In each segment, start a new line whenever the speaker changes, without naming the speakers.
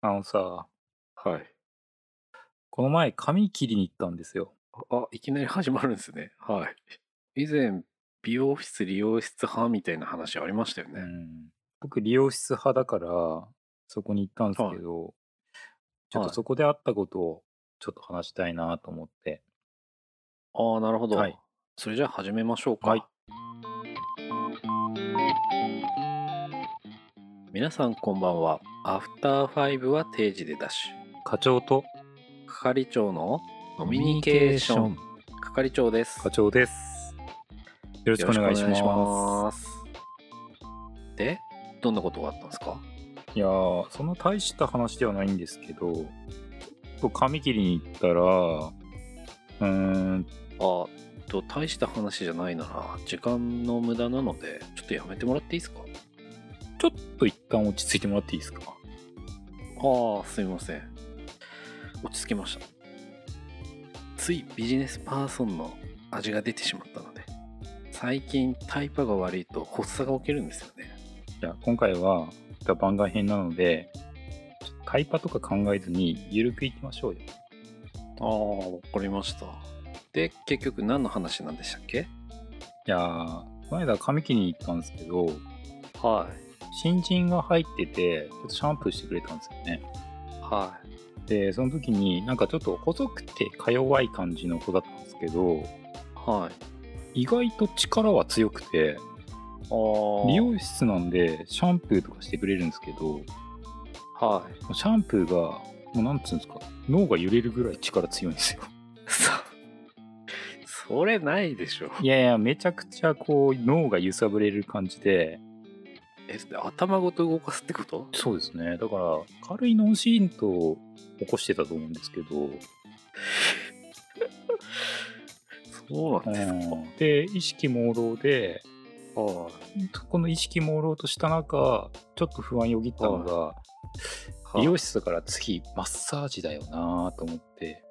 あのさ、
はい。
この前髪切りに行ったんですよ。
あ、あいきなり始まるんですね。はい。以前、美容室、理容室派みたいな話ありましたよ
う
ね。
ん。僕、理容室派だから、そこに行ったんです
は
け
い。
ど、ちょっと
はい。
そこであったことをちょっと話したいなと思って。
ああ、なるほ
はい。
ど。それじゃあ始めましょう
はい。
か。皆さんこんばんは。アフターファイブは定時でダッシ
課長と
ュ。係長のノ
飲
ミ
み
ニ
ニケ
ケー
ー
シ
シ
ョ
ョ
ン。
ン。
係長
課
です。
長です。よろし
よ
くお
ろしく
願
お
いし
願いし
ます。
ます。で、どんなことがあったんですか
いやー、そんな大した話ではないんですけど、僕髪切りに行ったら、うーん、
あ、と、大した話じゃないなら、時間の無駄なので、ちょっとやめてもらっていいですか
ちょっと一旦落ち着いてもらっていいですか
ああ、すみません。落ち着きました。ついビジネスパーソンの味が出てしまったので、最近タイパが悪いと発作が起きるんですよね。
じゃあ今回は番外編なので、タイパとか考えずにゆるくいきましょうよ。
ああ、わかりました。で、結局何の話なんでしたっけ
いやー、この間髪切りに行ったんですけど、
はい。
新人が入ってて、ちょっとシャンプーしてくれたんですよね。
はい。
で、その時になんかちょっと細くてか弱い感じの子だったんですけど、
はい。
意外と力は強くて、
あ
美
あ、
容室なんでシャンプーとかしてくれるんですけど、
はい。
シャンプーが、もうなんつうんですか、脳が揺れるぐらい力強いんですよ。
そ、それないでしょ。
いやいや、めちゃくちゃこう脳が揺さぶれる感じで、
え、頭ごと動かすってこと
そうですね。だから、軽い脳震盪を起こしてたと思うんですけど、
そうなん
う
ですか。
ん、で、意識朦朧で、
はい
この意識朦朧とした中、ちょっと不安よぎったの
はい。
が、美容
は
室だから次、マッサージだよなと思って、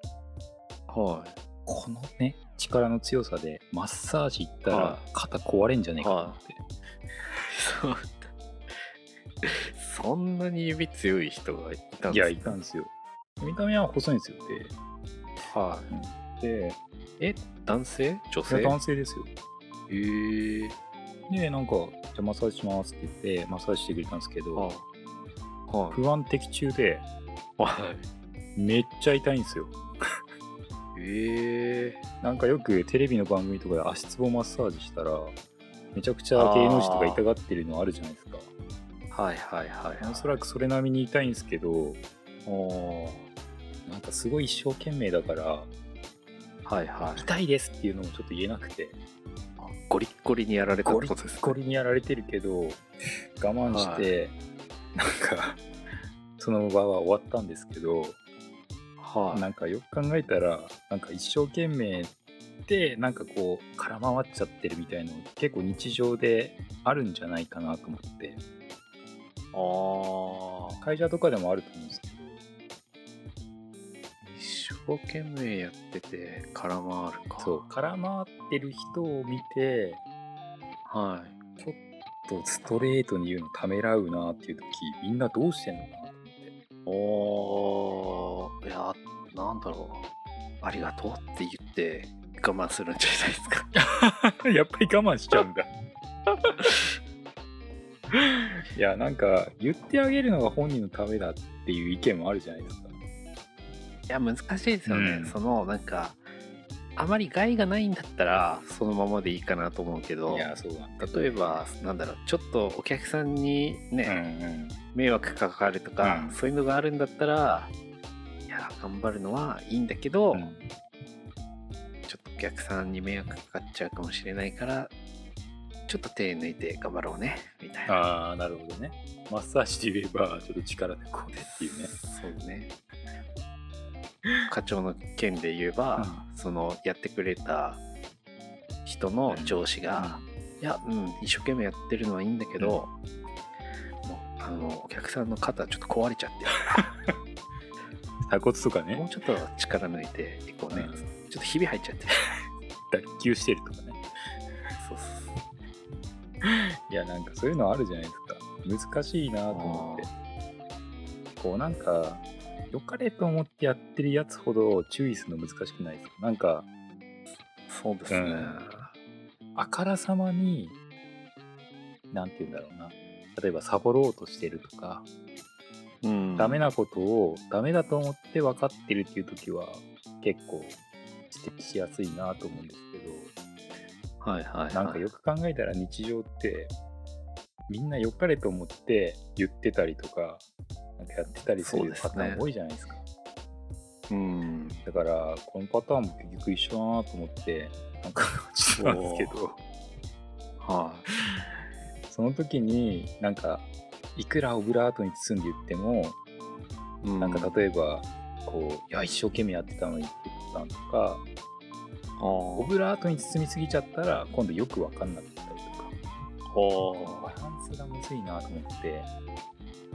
い。はい。
このね、力の強さで、マッサージ行ったら
は
肩壊れんじゃねえ
い。
かと思
は
っ
い。
て。
そう そんなに指強い人がいたん
い
で
や、
す
いた
ね。
んですよ。見た目は細いんですよ。で、
は
うんで、
い。え、男性女
いや
性
男性ですよ。
えー、
で、なんか、じゃあマッサージしますって言って、マッサージしてくれたんですけど、
はあ、は
不安的中で、
い。は
めっちゃ痛いんですよ。
い。えー、
なんかよくテレビの番組とかで足つぼマッサージしたら、めちゃくちゃ芸能人とか痛
あ
がってるのあるじゃないですか。
あ、はいはいはい
おそら
は
くそれなりに痛いんですけど、
い。おー
なんかすごい一生懸命だから、
はいはい。
痛いですっていうのもちょっと言えなくて、
あゴリッゴリにやられたっ
ゴ
て
リッ
ことです
ゴ
ね。
リにやられてるけど、我慢し
はい。
て、なんかその場は終わったんですけど、
は
なんかよく考えたら、なんか一生懸命で、なんかこう、空回っちゃってるみたいの、結構日常であるんじゃないかなと思って。
い。ああ。
会社とかでもあると思うんですけど、
一生懸命やってて空回る
そう、
か。
空回ってる人を見て、
はい。
ちょっとストレートに言うのためらうなっていう時、みんなどうしてんのかなと 思って。
おー、いや、なんだろう。ありがとうって言って我慢するんじゃないですか。
やっぱり我慢しちゃうんだ。 いや、なんか、言ってあげるのが本人のためだっていう意見もあるじゃないですか。
いや、難しいです
う
よね。
ん。
その、なんか、あまり害がないんだったら、そのままでいいかなと思うけ
い
ど、
や、そうなんだよ
例え
ね。
ば、なんだろう、ちょっとお客さんに
うん
ね、迷惑かかると
うん。う
か、
ん。
そういうのがあるんだったら、いや、頑張るのはいいんだけ
う
ど、
ん。
ちょっとお客さんに迷惑かかっちゃうかもしれないから、ちょっと手抜いて頑張ろうね、みたいな。
ああ、なるほどね。マッサージで言えば、ちょっと力でこうねっていうね。
そうね。課長の件で言え
う
ば
ん。
そのやってくれた人
う
の
ん。
上司
う
が
ん。
「いや、うん、一生懸命やってるのはいいんだけ
うん。
どもうあのお客さんの肩ちょっと壊れちゃってるから
鎖骨とかね。
もうちょっと力抜いていこう
う
ね」
ん。
ちょっとひび入っちゃってる
脱臼してるとかね。
そうそうそう
いや、なんかそういうのあるじゃないですか。難しいなと思っ
あ
て。
ー
こうなんか良かれと思ってやってるやつほど注意するの難しくないですかなんか
そうですね、
うんあからさまに何て言うんだろうな例えばサボろうとしてるとか、
うん、
ダメなことをダメだと思って分かってるっていう時は結構指摘しやすいなと思うんですけど、
はいはい、はい、
なんかよく考えたら日常ってみんな良かれと思って言ってたりとかなんかやってたりす
そう
る
ですね
パターン多いじゃないですか
うん
だからこのパターンも結局一緒だなと思ってなんかちょっとなんですけど
は
その時になんかいくらオブラートに包んで言っても
い、う
なんか例えばこういや一生懸命やってたのにって言ったのとか
あ
オ
ー
ブラートに包みすぎちゃったら今度よく分かんなかったりとか
あ
バランスがむずいなと思って、
ー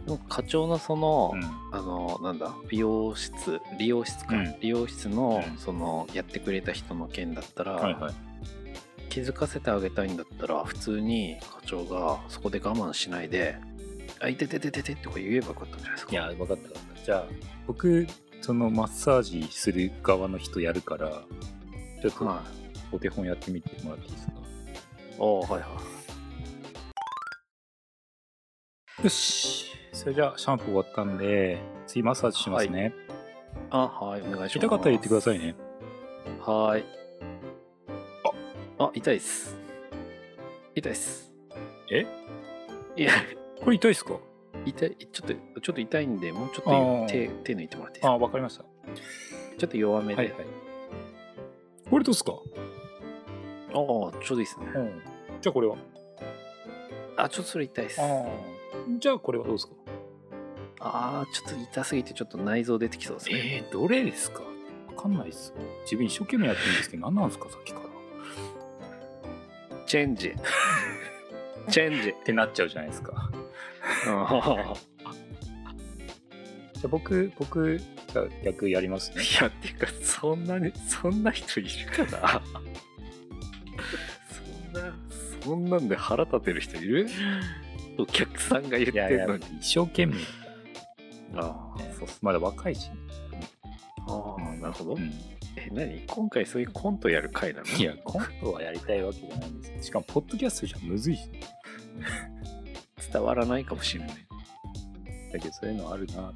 でも課長のその、
うん
あのなんだ美容室理容室か、
うん
理容室の、
うん
そのやってくれた人の件だったら、
い
気づかせてあげたいんだったら普通に課長がそこで我慢しないで「あいててててて」とか言えばよかったんじゃないですか
いや、分かった分かった。じゃあ、僕、そのマッサージする側の人やるから、ちょっと
はい
お手本やってみてもらっていいですか。
ああはいはい
よし。それじゃあ、シャンプー終わったんで、次マッサージしますね。
あはいお願いします
痛かったら言ってくださいね。
はいああ痛いっす痛いっす
え
いや
これ痛いですか
痛いちょっとちょっと痛いんでもうちょっと
あー
手手抜いてもらっていい
あ
で
あ、分かりました。
すかちょっと弱めで、
はいはい。これどうすか
ああちょうどいいですね、
うん。じゃあこれは
あちょっとそれ痛いっす
あ
あ
じゃあこれはどうですか
あーちょっと痛すぎてちょっと内臓出てきそうですね、
えー、どれですかわかんないっす。自分一生懸命やってるんですけど、何なんですか、さっきから。っ
チェンジチェンジ
てなっちゃうじゃないですか。
あ
じゃあ僕、僕、じゃあ逆やりますね。
いやてかそんなにそんな人いるかなそんなそんなんで腹立てる人いるお客さんが言って
いやい
る
や
のに、
一生懸命、ね、
ああそうっす
まだ若いし、ね
ああなるほど、
うん
え何今回そういうコントやる回なの
いや、コントはやりたいわけじゃないんですけどしかも、ポッドキャストじゃむずいし、
伝わらないかもしれない
だけど、そういうのあるな。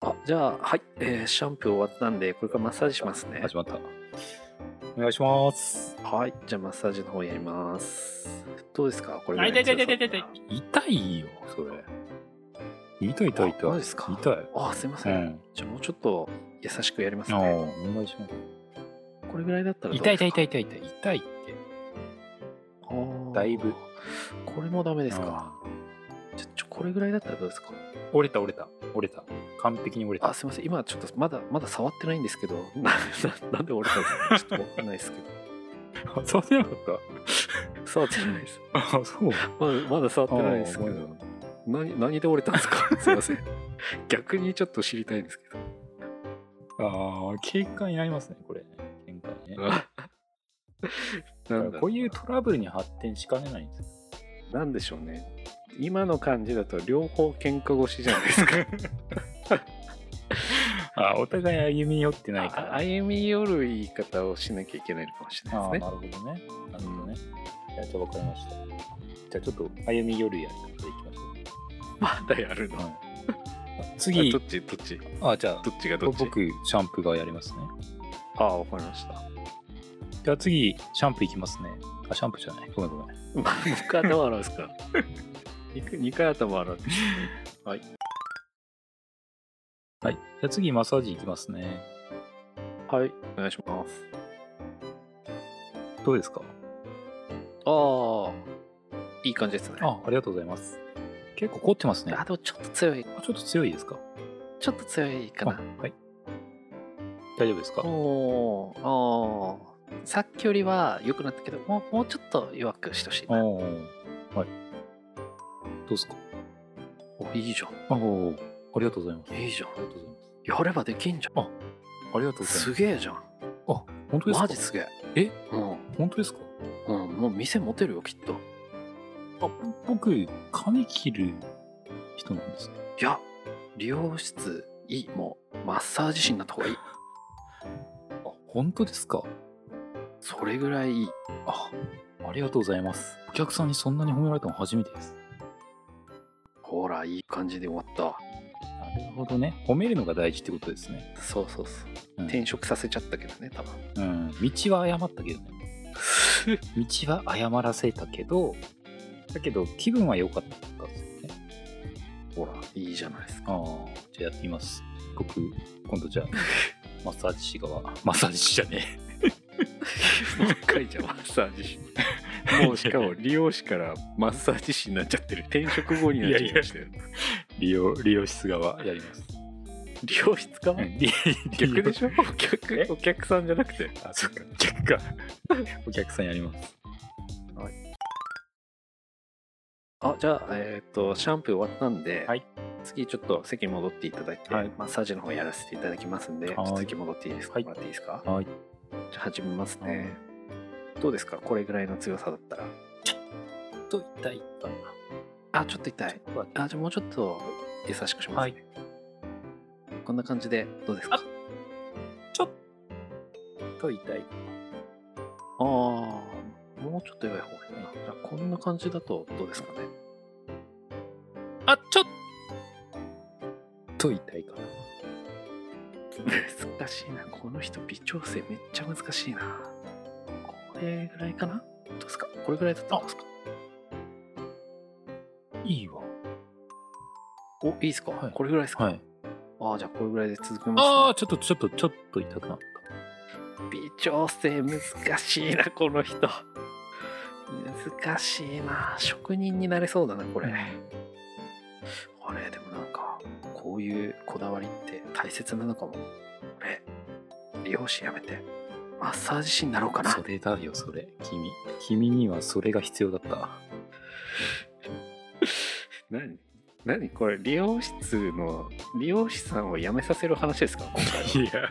ああじゃあはい、えーシャンプー終わったんでこれからマッサージしますね
始まった。お願いします。
はいじゃあマッサージの方やりますどうですかこれ
あ
ぐら
痛い痛い
の
痛い
強さ
痛い痛い痛いよ、それ。痛い痛い
あ
痛
マ
い。
ジっすか
痛い。
あすいま
う
せん、
ん。
じゃあもうちょっと優しくやります
ああ、
ね
お願いします。
これぐらいだったらどう
痛い
です
痛
か
い痛い痛い痛い痛いって。
あー
だいぶ
これもダメですか
あ
ちょちょこれぐらいだったらどうですか
ー折れた折れた。折れた。完璧に折れた
あ。すいません今ちょっとまだまだ触ってないんですけど なななんで折れたのかちょっとわかんないですけど
触ってなかった
触ってないです
あそう
まだまだ触ってないですけ
あ
ど
ーごめん
何何で折れたんです かすいません逆にちょっと知りたいんですけど
ああ警戒になりますねこれ喧嘩ねだ
な
か
ん
ら
だ
こういうトラブルに発展しかねないんですよ
なんでしょうね今の感じだと両方喧嘩腰じゃない ですか
あお互い歩み寄ってないから
あ歩み寄る言い方をしなきゃいけないのかもしれない
あ
で
ー
すね
なるほどねなるほどねいやじゃあ分かりましたじゃあちょっと歩み寄るやり方でいきましょ
まだやるの
う、
あ
はい、
ど
次
っちどっち
あじゃあ
どっちがどっち
僕シャンプー側やりますね
ああわかりました
じゃあ次シャンプーいきますねあシャンプーじゃないごめんごめん
もう一回頭洗うんですか二回二回頭洗う
はいじゃあ次マッサージいきますね
はいお願いします
どうですか
ああいい感じですね
あありがとうございます結構凝ってますね
あでもちょっと強い
あちょっと強いですか
ちょっと強いかな
あはい大丈夫ですか
おーおーさっきよりは良くなったけどもうもうちょっと弱くしてほしいな
おーはいどうですか
おいいじゃん
あおーありがとうございます
いいじゃん
ありがとうございます
やればできんじゃ
ありがとうんございます
すげえじゃん
本当ですか
マジすげえ
え
うん
本当ですか
うんもう店持てるよきっと
ああ僕髪切る人なんですね
いや美容室いいもうマッサージ師になった方がいい
あ本当ですか
それぐらいいい
あありがとうございますお客さんにそんなに褒められたの初めてです
ほらいい感じで終わったわ
なるほどね褒めるのが大事ってことですね
そうそうそう
うん
転職させちゃったけどね多分
うん道は誤ったけどね 道は誤らせたけどだけど気分は良かったですよね
ほらいいじゃないですか
ああ、じゃあやってみます。僕、今度じゃ あ、マッサージ師側、マッサージ師じゃね
もう一回じゃんマッサージ師もうしかも利用師からマッサージ師になっちゃってる転職後になっ ちゃいましたよ
え。利用、利用室側やります。
利用室か
利
逆で
利
しょお客
え
お客さんじゃなくて
用あ、そっか、逆か。お客さんやります。
あじゃあえっ、とシャンプー終わったんで、
はい
次ちょっと席戻っていただいて、
はい
マッサージの方やらせていただきますんで、
はい
ちょっと席戻っていいですか、
はい
もらっていいですか
はい。
じゃあ始めますね、どうですかこれぐらいの強さだったら
と、痛い痛い
あちょっと痛い
な。
あじゃあもうちょっと優しくしますね、こんな感じでどうですか
あと痛い。
ああもうちょっと弱い方がいいなじゃあこんな感じだとどうですかね
あ、ちょっと痛いかな。
難しいなこの人微調整めっちゃ難しいなこれぐらいかなどうですかこれぐらいだったらどうですか
いいわ。
おいいですか、
はい
これぐらいですか、
はい。
ああじゃあこれぐらいで続け
あ
ま
あ、ちょっと、ちょっと、ちょっと痛くなった。
すね微調整難しいなこの人難しいな職人になれそうだなこれ、あれでもなんかこういうこだわりって大切なのかも俺理容師やめてマッサージ師になろうかな
それだよ、それ。君。君にはそれが必要だった。
何何これ理容室の理容師さんを辞めさせる話ですか今 回
いや。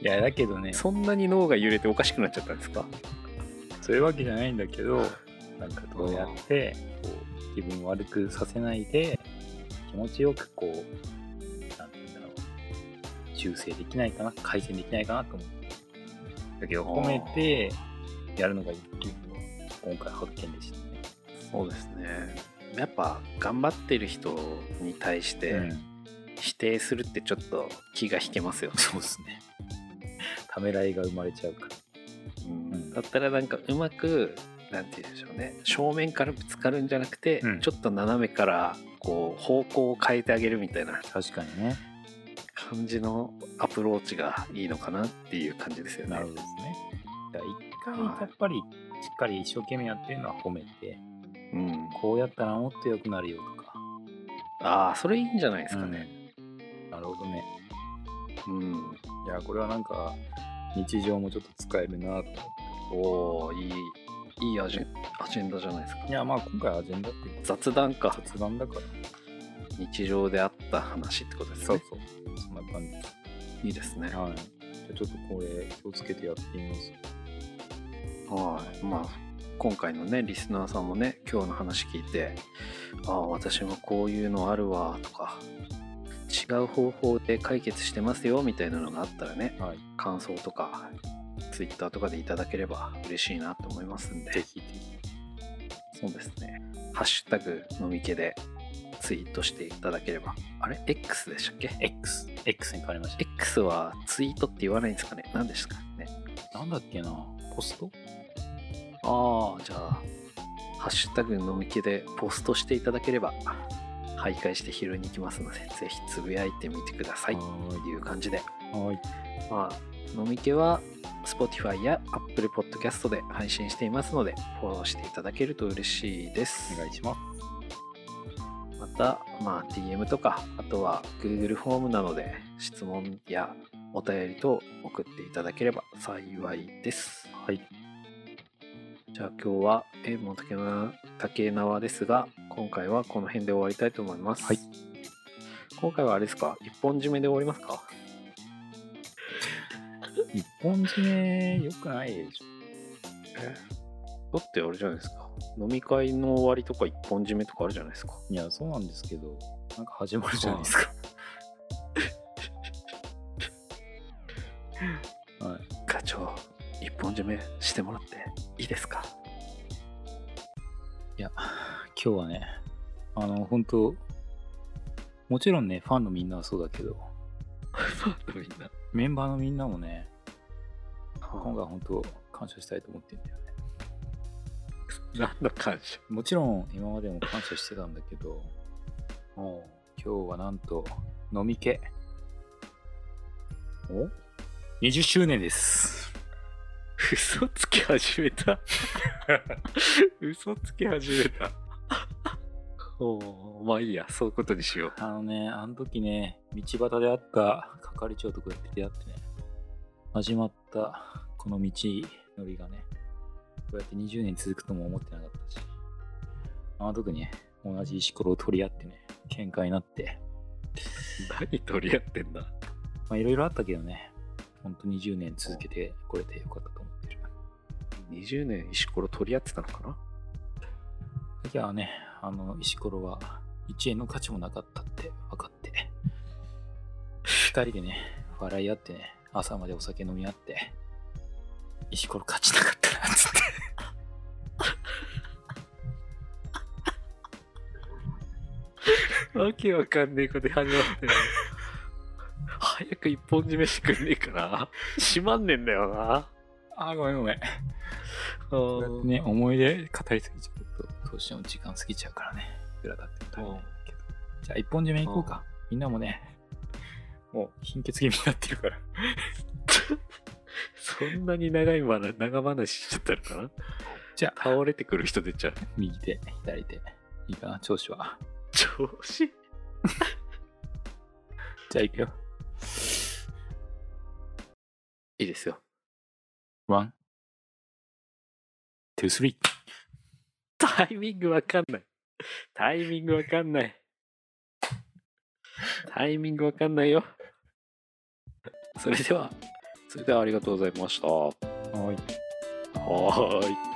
いや、だけどね、そ
そんなに脳が揺れておかしくなっちゃったんですか
そういうわけじゃないんだけど、なんかどうやってこう気分を悪くさせないで、気持ちよくこう、なんて言うんだろう、修正できないかな、改善できないかなと思って。だけど、
あー
褒めてやるのがいいっていうのは、今回発見でしたね。
そうですねやっぱ頑張ってる人に対して否定するってちょっと気が引けますよね、
そうですね。ためらいが生まれちゃうから。ん
だったらなんかうまくなんて言うんでしょうね正面からぶつかるんじゃなくて、
うん
ちょっと斜めからこう方向を変えてあげるみたいな
確かにね。
感じのアプローチがいいのかなっていう感じですよね
なるほどですね。だから一回やっぱりしっかり一生懸命やってるのは褒めて、
うん、
こうやったらもっと良くなるよとか。
ああそれいいんじゃないですかね、
うんなるほどね。
うん、
いや、これはなんか日常もちょっと使えるなと。
おおいいいいアジェンアジェンダじゃないですか
いや、まあ今回アジェンダっていうか
雑談か
雑談だから。
日常であった話ってことですね
そう。そんな感じです。
いいですねは
はい。じゃあちょっとこれ気をつけてやってみます。
いまあ今回のねリスナーさんもね今日の話聞いてああ私もこういうのあるわとか違う方法で解決してますよみたいなのがあったらね
はい。
感想とか Twitter とかでいただければ嬉しいなと思いますんで
ぜひぜひ。
そうですね。ハッシュタグ飲み気でツイートしていただければ。あれ ?X でしたっけ
X。X に変わりまし
?X はツイートって言わないんですかね何でしたかね
た。なんだっけなポスト
ああ、じゃあ、ハッシュタグ飲み気でポストしていただければ、徘徊して拾いに行きますので、ぜひつぶやいてみてください。という感じで。
はい。
まあ、飲み気は Spotify や Apple Podcast で配信していますので、フォローしていただけると嬉しいです。
お願いします。
また、まあ、DM とかあとは Google フォームなどで質問やお便り等送っていただければ幸いです
はい。
じゃあ今日はえも竹縄竹縄ですが今回はこの辺で終わりたいと思います、
はい
今回はあれですか一本締めで終わりますか
一本締め良くないでしょ。
だってあれじゃないですか飲み会の終わりとか一本締めとかあるじゃないですか
いや、そうなんですけど、なんか始まるじゃないですか。はい。
課長一本締めしてもらっていいです か
いや、今日はね、あの、本当もちろんね、ファンのみんなはそうだけど、
みんな
メンバーのみんなもね、今回本当感謝したいと思ってんだよね。
何の感謝
もちろん今までも感謝してたんだけど、
お
今日はなんと、飲み家。お ?20 周年です。
嘘つき始め た嘘つき始めたおまあいいやそういうことにしよう
あのね、あの時ね、道端で会った係長とこうやって出会ってね、始まったこの道のりがね、こうやって20年続くとも思ってなかったし、あの時ね、同じ石ころを取り合ってね、喧嘩になって、
何取り合ってんだ
まあいろいろあったけどね、ほんと20年続けてこれてよかったと思ってる。
20年石ころ取り合ってたのかな
時はね、あの石ころは1円の価値もなかったって分かって、2人でね、笑い合ってね、朝までお酒飲み合って、石ころ価値なかったなっつって。
わけわかんねえこと始まってる早く一本締めしてくんねえかな閉まんねえんだよな
あー、ごめんごめん。こうやって
ね
ね、思い出語りすぎちゃうと、どうしても時間過ぎちゃうからね、いくらだっても足りないんだけど。じゃあ、一本締め行こうか。みんなもね、もう貧血気味になってる から。
そんなに長い話長話しちゃってるかな
じゃあ、
倒れてくる人出ちゃう
右手、左手。いいかな、調子は。
調子
じゃあ、行くよ。
いいですよ
ワン、ツー、スリー。
タイミングわかんない。タイミングわかんない。タイミングわかんないよ。それでは、それではありがとうございました。は
はい。
ーい。